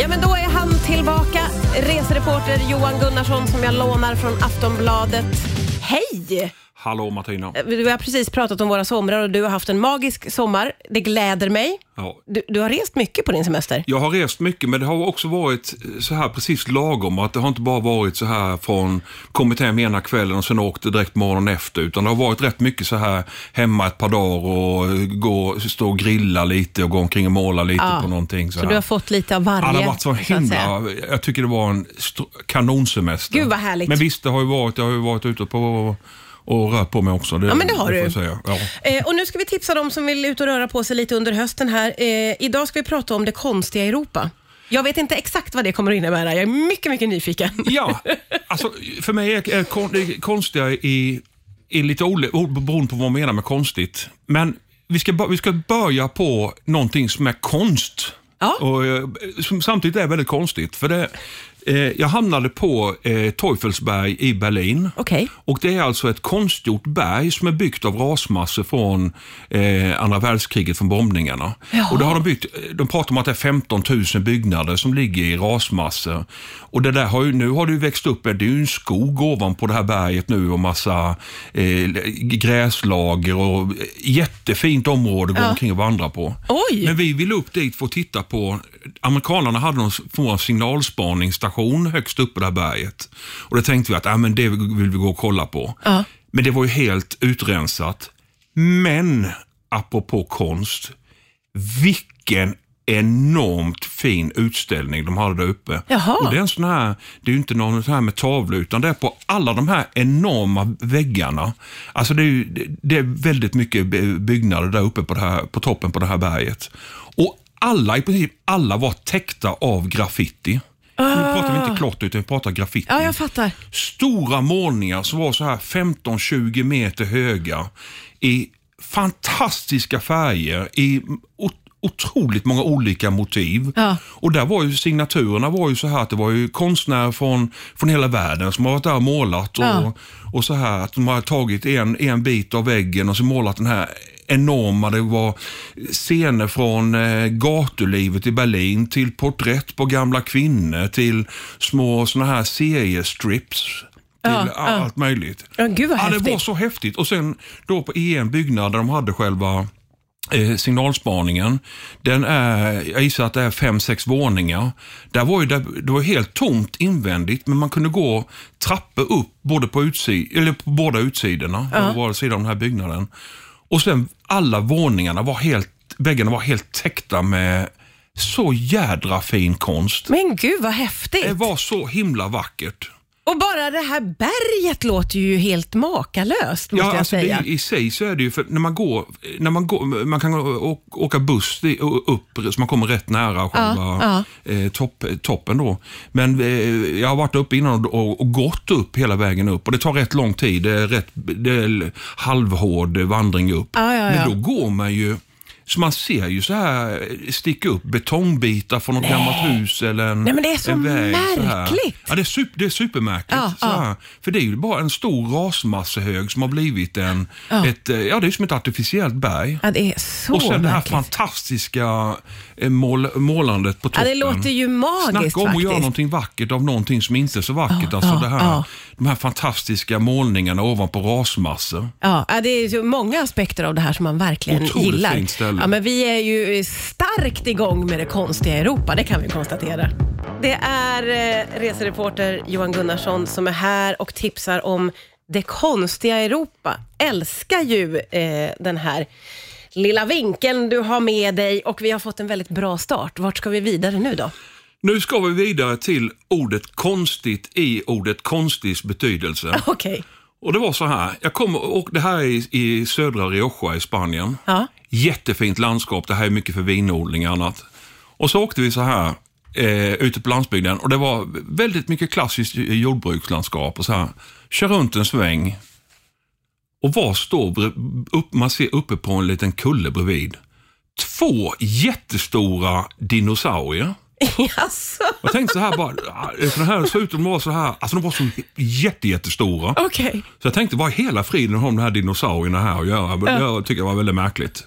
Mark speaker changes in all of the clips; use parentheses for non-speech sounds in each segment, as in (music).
Speaker 1: Ja, men då är han tillbaka. Resereporter Johan Gunnarsson som jag lånar från Aftonbladet. Hej!
Speaker 2: Hallå Martina.
Speaker 1: Vi har precis pratat om våra somrar och du har haft en magisk sommar. Det gläder mig.
Speaker 2: Ja.
Speaker 1: Du, du har rest mycket på din semester.
Speaker 2: Jag har rest mycket men det har också varit eh, så här precis lagom. Att det har inte bara varit så här från kommit hem ena kvällen och sen åkt direkt morgonen efter. Utan det har varit rätt mycket så här hemma ett par dagar och eh, gå, stå och grilla lite och gå omkring och måla lite
Speaker 1: Ja.
Speaker 2: på någonting. Så,
Speaker 1: Så
Speaker 2: här.
Speaker 1: du har fått lite av varje.
Speaker 2: Ja, det har varit så
Speaker 1: att säga.
Speaker 2: himla... Jag tycker det var en st- kanonsemester.
Speaker 1: Gud, vad härligt.
Speaker 2: Men visst, det har ju varit, jag har ju varit ute på och rört på mig också.
Speaker 1: Ja, men det har
Speaker 2: får
Speaker 1: du.
Speaker 2: jag Säga. Ja.
Speaker 1: Eh, och nu ska vi tipsa de som vill ut och röra på sig lite under hösten här. Eh, idag ska vi prata om det konstiga Europa. Jag vet inte exakt vad det kommer att innebära. Jag är mycket, mycket nyfiken.
Speaker 2: (laughs) Ja, alltså för mig är, är kon, det konstiga i, i lite olika, beroende på vad man menar med konstigt. Men vi ska, bör- vi ska börja på någonting som är konst.
Speaker 1: Ja.
Speaker 2: Och, eh, som samtidigt är väldigt konstigt. För det, eh, jag hamnade på eh, Teufelsberg i Berlin.
Speaker 1: Okej.
Speaker 2: Och Det är alltså ett konstgjort berg som är byggt av rasmassor från eh, andra världskriget, från bombningarna. Och det har de, byggt, de pratar om att det är 15 000 byggnader som ligger i rasmassor. Och det där har ju, nu har det ju växt upp, eh, det är ju en skog ovanpå det här berget nu och massa eh, gräslager och eh, jättefint område att gå omkring och vandra på.
Speaker 1: Oj!
Speaker 2: Men vi ville upp dit för att titta på, amerikanerna hade någon form av signalspaningsstation högst upp på det här berget. Och det tänkte vi att ah, men det vill vi gå och kolla på. Men det var ju helt utrensat. Men, apropå konst, vilken enormt fin utställning de hade där uppe.
Speaker 1: Jaha.
Speaker 2: Och det är en sån här, det är ju inte någon sån här med tavla utan det är på alla de här enorma väggarna. Alltså det är, ju, det- det är väldigt mycket by- byggnader där uppe på, det här, på toppen på det här berget. Och alla, i princip alla var täckta av graffiti. Nu pratar vi inte klart utan vi pratar graffiti
Speaker 1: Ah. Ja, jag fattar.
Speaker 2: stora målningar som var så här 15-20 meter höga i fantastiska färger i ot- otroligt många olika motiv.
Speaker 1: Ja.
Speaker 2: Och där var ju signaturerna var ju så här att det var ju konstnärer från, från hela världen som har varit där och målat och,
Speaker 1: Ja.
Speaker 2: och så här att de har tagit en, en bit av väggen och så målat den här enorma, det var scener från eh, gatulivet i Berlin till porträtt på gamla kvinnor till små såna här seriestrips. Till
Speaker 1: Ja,
Speaker 2: a- allt möjligt.
Speaker 1: Ja, gud vad
Speaker 2: ja, det var
Speaker 1: häftigt.
Speaker 2: så häftigt. Och sen då på i en byggnad där de hade själva eh, signalspaningen. Den är, jag gissar att det är fem, sex våningar. Där var ju, det, det var helt tomt invändigt men man kunde gå trappor upp både på, utsi, eller på båda utsidorna, på båda sidor av den här byggnaden. Och sen alla våningarna var helt, väggarna var helt täckta med så jädra fin konst.
Speaker 1: Men gud vad häftigt.
Speaker 2: Det var så himla vackert.
Speaker 1: Och bara det här berget låter ju helt makalöst måste
Speaker 2: Ja,
Speaker 1: jag
Speaker 2: alltså det
Speaker 1: säga.
Speaker 2: är, ju- i sig så är det ju, för när man går, när man, går man kan å- åka buss i- å- upp så man kommer rätt nära själva Eh, topp, toppen då. Men eh, jag har varit uppe innan och, och, och gått upp hela vägen upp och det tar rätt lång tid. Det är, rätt, det är l- halvhård vandring upp.
Speaker 1: Ja, ja, ja.
Speaker 2: Men då går man ju så man ser ju så här sticka upp betongbitar från något gammalt hus eller en,
Speaker 1: Nej, men det är så
Speaker 2: en väg. så här.
Speaker 1: märkligt.
Speaker 2: Ja, det är, super, det är supermärkligt.
Speaker 1: Ja,
Speaker 2: så här. För det är ju bara en stor rasmassehög som har blivit en, ett, eh, ja det är som ett artificiellt berg.
Speaker 1: Ja, det är så
Speaker 2: Och sen det här
Speaker 1: märkligt.
Speaker 2: fantastiska eh, mål, målandet på
Speaker 1: Ja,
Speaker 2: toppen.
Speaker 1: det låter ju magiskt
Speaker 2: Snacka om att
Speaker 1: faktiskt.
Speaker 2: göra någonting vackert av någonting som inte är så vackert. alltså
Speaker 1: ja,
Speaker 2: det här,
Speaker 1: ja.
Speaker 2: De här fantastiska målningarna ovanpå rasmassor.
Speaker 1: Ja, ja, det är ju många aspekter av det här som man verkligen
Speaker 2: Otroligt
Speaker 1: gillar.
Speaker 2: fint ställe.
Speaker 1: Ja, men vi är ju eh, starkt igång med det konstiga Europa, det kan vi konstatera. Det är eh, resereporter Johan Gunnarsson som är här och tipsar om det konstiga Europa. Älskar ju eh, den här lilla vinkeln du har med dig och vi har fått en väldigt bra start. Vart ska vi vidare nu då? (laughs)
Speaker 2: Nu ska vi vidare till ordet konstigt i ordet konstigs betydelse.
Speaker 1: Okej.
Speaker 2: Och det var så här, jag kom och det här är i, i södra Rioja i Spanien.
Speaker 1: Ja.
Speaker 2: Jättefint landskap, det här är mycket för vinodling och annat. Och så åkte vi så här eh, ute på landsbygden och det var väldigt mycket klassiskt j- jordbrukslandskap och så här. Kör runt en sväng och var står bre- upp, man ser uppe på en liten kulle bredvid? Två jättestora dinosaurier.
Speaker 1: (laughs) Jaså?
Speaker 2: Jag tänkte så här bara, "Ah, för den här såg ut att de var så här, alltså de var så jätte, jättestora.
Speaker 1: Okej.
Speaker 2: Så jag tänkte, vad i hela friden har de här dinosaurierna här att göra? Men Jag tycker det var väldigt märkligt.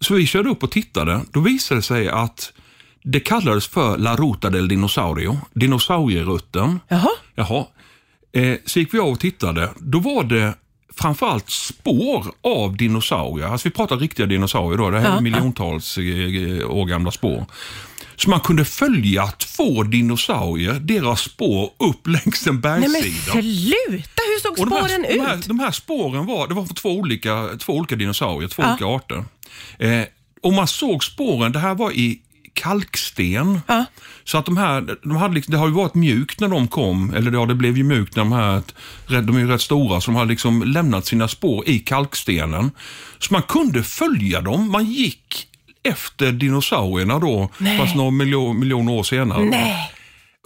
Speaker 2: Så vi körde upp och tittade. Då visade det sig att Det kallades för La Ruta del Dinosaurio, dinosaurierutten.
Speaker 1: Jaha,
Speaker 2: Jaha. Eh, så gick vi av och tittade. Då var det framförallt spår av dinosaurier. Alltså vi pratar riktiga dinosaurier då. Det här är miljontals eh, år gamla spår. Så man kunde följa två dinosaurier, deras spår upp längs en
Speaker 1: nej men
Speaker 2: bergssida.
Speaker 1: sluta! Hur såg
Speaker 2: Och de, här,
Speaker 1: spåren
Speaker 2: de, här,
Speaker 1: ut?
Speaker 2: de här spåren var, det var för två olika, två olika dinosaurier, två olika arter. Eh, och man såg spåren, det här var i kalksten.
Speaker 1: Ja.
Speaker 2: Så att de här, de hade liksom, det har ju varit mjukt när de kom, eller ja, det blev ju mjukt när de här, de är ju rätt stora, så de har liksom lämnat sina spår i kalkstenen. Så man kunde följa dem, man gick efter dinosaurierna då,
Speaker 1: Nej.
Speaker 2: fast några miljo, miljoner år senare.
Speaker 1: Nej,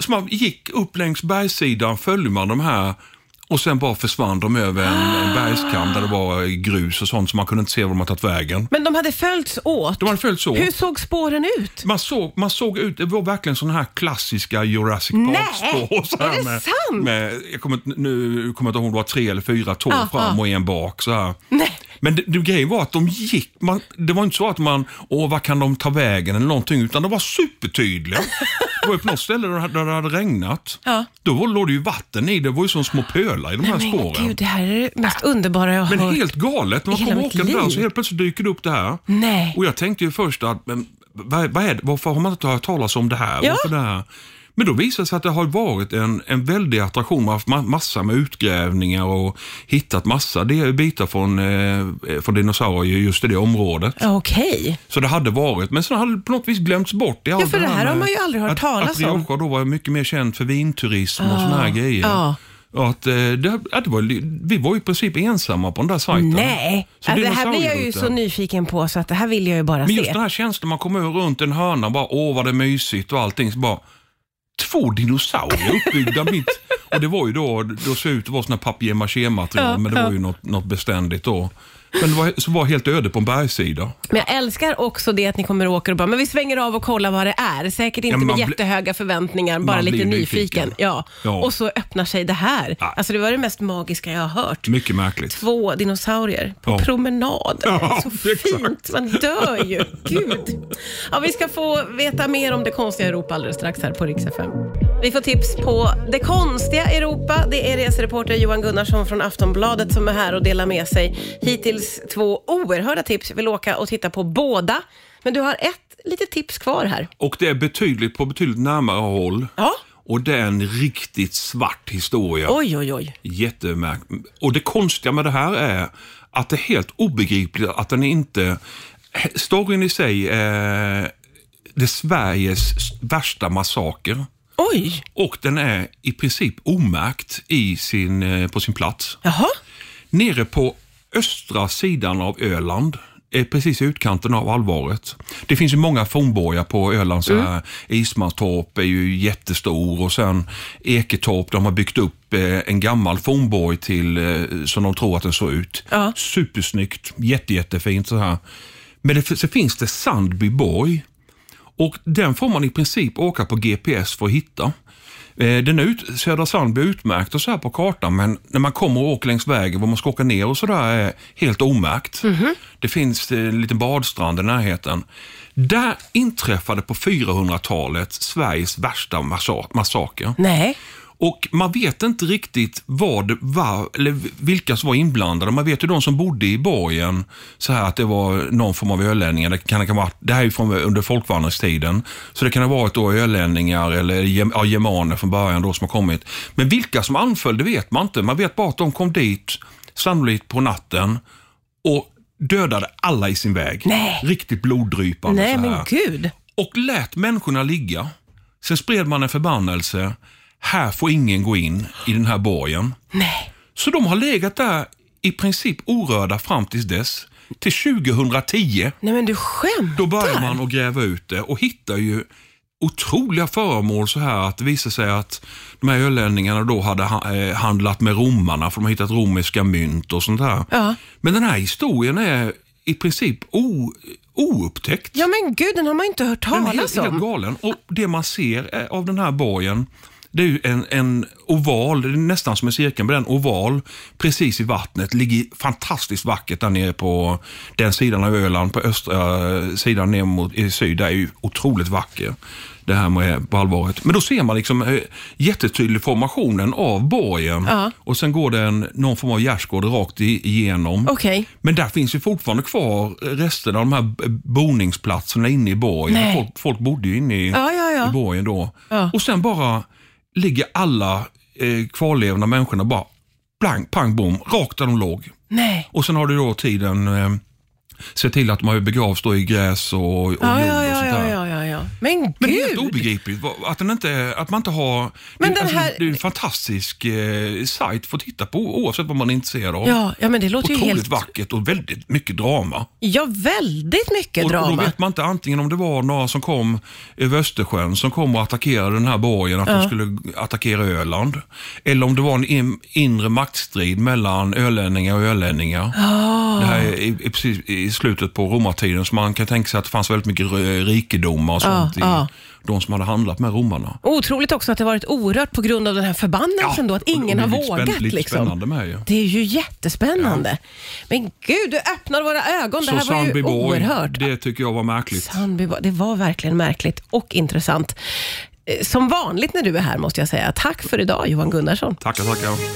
Speaker 2: Så man gick upp längs bergssidan, följde man de här och sen bara försvann de över en,
Speaker 1: Ah.
Speaker 2: en bergskant där det var eh, grus och sånt så man kunde inte se var de hade tagit vägen.
Speaker 1: men de hade följts åt.
Speaker 2: De hade följt så.
Speaker 1: Hur såg spåren ut?
Speaker 2: Man såg, man såg ut, det var verkligen sådana här klassiska Jurassic
Speaker 1: Nej,
Speaker 2: Park-spår. så här
Speaker 1: är det
Speaker 2: med,
Speaker 1: sant?
Speaker 2: Med, jag kommer, inte- nu kommer jag inte ihåg om det var tre eller fyra tåg
Speaker 1: Ja,
Speaker 2: fram
Speaker 1: ja.
Speaker 2: och en bak. Så här.
Speaker 1: Nej.
Speaker 2: Men det, det, grejen var att de gick, man, det var inte så att man, åh vad kan de ta vägen eller någonting, utan de var supertydliga. Det var ju på något ställe där det hade regnat.
Speaker 1: Ja.
Speaker 2: Då var, låg det ju vatten i, det var ju som små pölar i de här
Speaker 1: Men
Speaker 2: spåren.
Speaker 1: gud, det här är det mest underbara jag har
Speaker 2: Men
Speaker 1: hört.
Speaker 2: helt galet, när man
Speaker 1: Hela
Speaker 2: kommer
Speaker 1: mitt
Speaker 2: åkande där
Speaker 1: liv.
Speaker 2: så helt plötsligt dyker det upp det här.
Speaker 1: Nej.
Speaker 2: Och jag tänkte ju först att men, vad, vad är det? varför har man inte hört talas om det här?
Speaker 1: Ja.
Speaker 2: Varför det här? Men då visade det sig att det har varit en, en väldig attraktion. Man har haft ma- massa med utgrävningar och hittat massa det är bitar från, eh, från dinosaurier just i det området.
Speaker 1: Okej.
Speaker 2: Så det hade varit, men sen hade det på något vis glömts bort. Ja,
Speaker 1: för det här har man ju aldrig hört
Speaker 2: att,
Speaker 1: talas
Speaker 2: att
Speaker 1: om. Ah,
Speaker 2: Rioja då var mycket mer känt för vinturism och såna här grejer.
Speaker 1: ja.
Speaker 2: Och att, eh, det, att det var, li- vi var ju i princip ensamma på den där sajten.
Speaker 1: Nej,
Speaker 2: Så
Speaker 1: alltså, det här blir jag ju
Speaker 2: dinosaurierutan.
Speaker 1: så nyfiken på så att Alltså, det här vill jag ju bara
Speaker 2: Men
Speaker 1: se.
Speaker 2: just den här känslan, man kommer runt en hörna och bara åh vad det är mysigt och allting. Så bara, två dinosaurier uppbyggda mitt... (laughs) Och det var ju då, då såg det ut att vara såna papier maché material
Speaker 1: Ja,
Speaker 2: men det
Speaker 1: ja.
Speaker 2: var ju något, något beständigt då. Men det var, så var helt öde på en bergssida.
Speaker 1: Men jag älskar också det att ni kommer och åker och bara, men vi svänger av och kollar vad det är. Säkert inte
Speaker 2: men
Speaker 1: med
Speaker 2: man blir-
Speaker 1: jättehöga förväntningar, bara
Speaker 2: man
Speaker 1: lite
Speaker 2: blir
Speaker 1: nyfiken.
Speaker 2: nyfiken.
Speaker 1: Ja.
Speaker 2: Ja.
Speaker 1: Och så öppnar sig det här.
Speaker 2: Ja.
Speaker 1: Alltså det var det mest magiska jag har hört.
Speaker 2: Mycket märkligt.
Speaker 1: Två dinosaurier på
Speaker 2: Ja.
Speaker 1: promenad.
Speaker 2: Ja,
Speaker 1: så
Speaker 2: exakt.
Speaker 1: fint, man dör ju. Gud. Ja, vi ska få veta mer om det konstiga Europa alldeles strax här på Rix FM. Vi får tips på det konstiga Europa. Det är resereporter Johan Gunnarsson från Aftonbladet som är här och delar med sig. Hittills två oerhörda tips. Jag vill åka och titta på båda. Men du har ett litet tips kvar här.
Speaker 2: Och det är betydligt, på betydligt närmare håll.
Speaker 1: Ja.
Speaker 2: Och det är en riktigt svart historia.
Speaker 1: Oj, oj, oj.
Speaker 2: Jättemärk. Och det konstiga med det här är att det är helt obegripligt att den inte... Storyn i sig är det är Sveriges värsta massaker
Speaker 1: Oj!
Speaker 2: och den är i princip omärkt i sin, eh, på sin plats.
Speaker 1: Jaha.
Speaker 2: Nere på östra sidan av Öland, eh, precis i utkanten av Alvaret. Det finns ju många fornborgar på Öland. Så här, Ismanstorp är ju jättestor och sen Eketorp, de har byggt upp eh, en gammal fornborg till eh, som de tror att den såg ut.
Speaker 1: Ja.
Speaker 2: Supersnyggt, jätte, jättefint så här. Men det, så finns det Sandbyborg och den får man i princip åka på GPS för att hitta. Eh, Den är ut, Södra Sandby är utmärkt och så här på kartan men när man kommer och åker längs vägen var man ska åka ner och sådär är helt omärkt. Det finns eh, en liten badstrand i närheten. Där inträffade på 400-talet Sveriges värsta massa- massaker.
Speaker 1: Nej.
Speaker 2: Och man vet inte riktigt vad, var, eller vilka som var inblandade. Man vet ju de som bodde i borgen, så här att det var någon form av ölänningar. Det, kan, det, kan vara, det här är ju från under folkvandringstiden, så det kan ha varit då ölänningar eller gem- ja, germaner från början då som har kommit. Men vilka som anföll, det vet man inte. Man vet bara att de kom dit, sannolikt på natten, och dödade alla i sin väg.
Speaker 1: Nej.
Speaker 2: Riktigt bloddrypande.
Speaker 1: Nej,
Speaker 2: så här
Speaker 1: men gud.
Speaker 2: och lät människorna ligga. Sen spred man en förbannelse. Här får ingen gå in i den här borgen.
Speaker 1: Nej.
Speaker 2: Så de har legat där i princip orörda fram tills dess. Till 2010,
Speaker 1: Nej, men du skämtar.
Speaker 2: då börjar man att gräva ut det och hittar ju otroliga föremål så här att det visar sig att de här ölänningarna då hade ha- eh, handlat med romarna för de har hittat romerska mynt och sånt där.
Speaker 1: Ja.
Speaker 2: Men den här historien är i princip o- oupptäckt.
Speaker 1: Ja, men gud, den har man ju inte hört
Speaker 2: Den är
Speaker 1: talas
Speaker 2: helt, helt
Speaker 1: om.
Speaker 2: galen. Och det man ser eh, av den här borgen, Det är ju en, en oval, det är nästan som en cirkel, men den oval precis i vattnet. ligger fantastiskt vackert där nere på den sidan av Öland, på östra eh, sidan ner mot i syd. Där är ju otroligt vacker. Det här med på allvaret. Men då ser man liksom eh, jättetydlig formationen av borgen
Speaker 1: Ja.
Speaker 2: och sen går det en, någon form av gärdsgård rakt i- igenom.
Speaker 1: Okej.
Speaker 2: Men där finns ju fortfarande kvar resterna av de här b- boningsplatserna inne i borgen.
Speaker 1: Nej.
Speaker 2: Folk, folk bodde ju inne i,
Speaker 1: Ja, ja, ja.
Speaker 2: i borgen då.
Speaker 1: Ja.
Speaker 2: Och sen bara ligger alla eh, kvarlevande människorna bara blank, pang, bom, rakt där de låg.
Speaker 1: Nej.
Speaker 2: Och sen har du då tiden eh, se till att de har begravs då i gräs och, och
Speaker 1: Ja,
Speaker 2: jord
Speaker 1: ja,
Speaker 2: och
Speaker 1: ja,
Speaker 2: sånt
Speaker 1: ja,
Speaker 2: där.
Speaker 1: ja, ja, ja. Men gud.
Speaker 2: Men det är helt obegripligt vad- att, den inte, att man inte har...
Speaker 1: Men
Speaker 2: det,
Speaker 1: den här-
Speaker 2: det är en fantastisk eh, sajt för att titta på oavsett vad man är intresserad av.
Speaker 1: Ja, ja, men det låter ju
Speaker 2: Otroligt
Speaker 1: helt...
Speaker 2: vackert och väldigt mycket drama.
Speaker 1: Ja, väldigt mycket
Speaker 2: Och, och då
Speaker 1: drama.
Speaker 2: vet man inte antingen om det var några som kom över Östersjön som kom och attackerade den här borgen, att de skulle attackera Öland. Eller om det var en in, inre maktstrid mellan ölänningar och ölänningar.
Speaker 1: Ah.
Speaker 2: Det här är i, i, precis i slutet på romartiden, så man kan tänka sig att det fanns väldigt mycket rö- rikedomar och sånt i
Speaker 1: ja.
Speaker 2: de som hade handlat med romarna.
Speaker 1: Otroligt också att det varit orört på grund av den här förbannelsen då, att
Speaker 2: och- och
Speaker 1: ingen
Speaker 2: det
Speaker 1: har
Speaker 2: är lite
Speaker 1: vågat
Speaker 2: spänn- lite
Speaker 1: liksom.
Speaker 2: spännande med ju.
Speaker 1: Det är ju jättespännande. Men gud, du öppnar våra ögon. Det
Speaker 2: Så
Speaker 1: här var ju
Speaker 2: Sandbyborg,
Speaker 1: oerhört.
Speaker 2: det tycker jag var märkligt.
Speaker 1: Sandbyborg, det var verkligen märkligt och intressant. Eh, Som vanligt när du är här måste jag säga. Tack för idag Johan Gunnarsson.
Speaker 2: Tackar, tackar.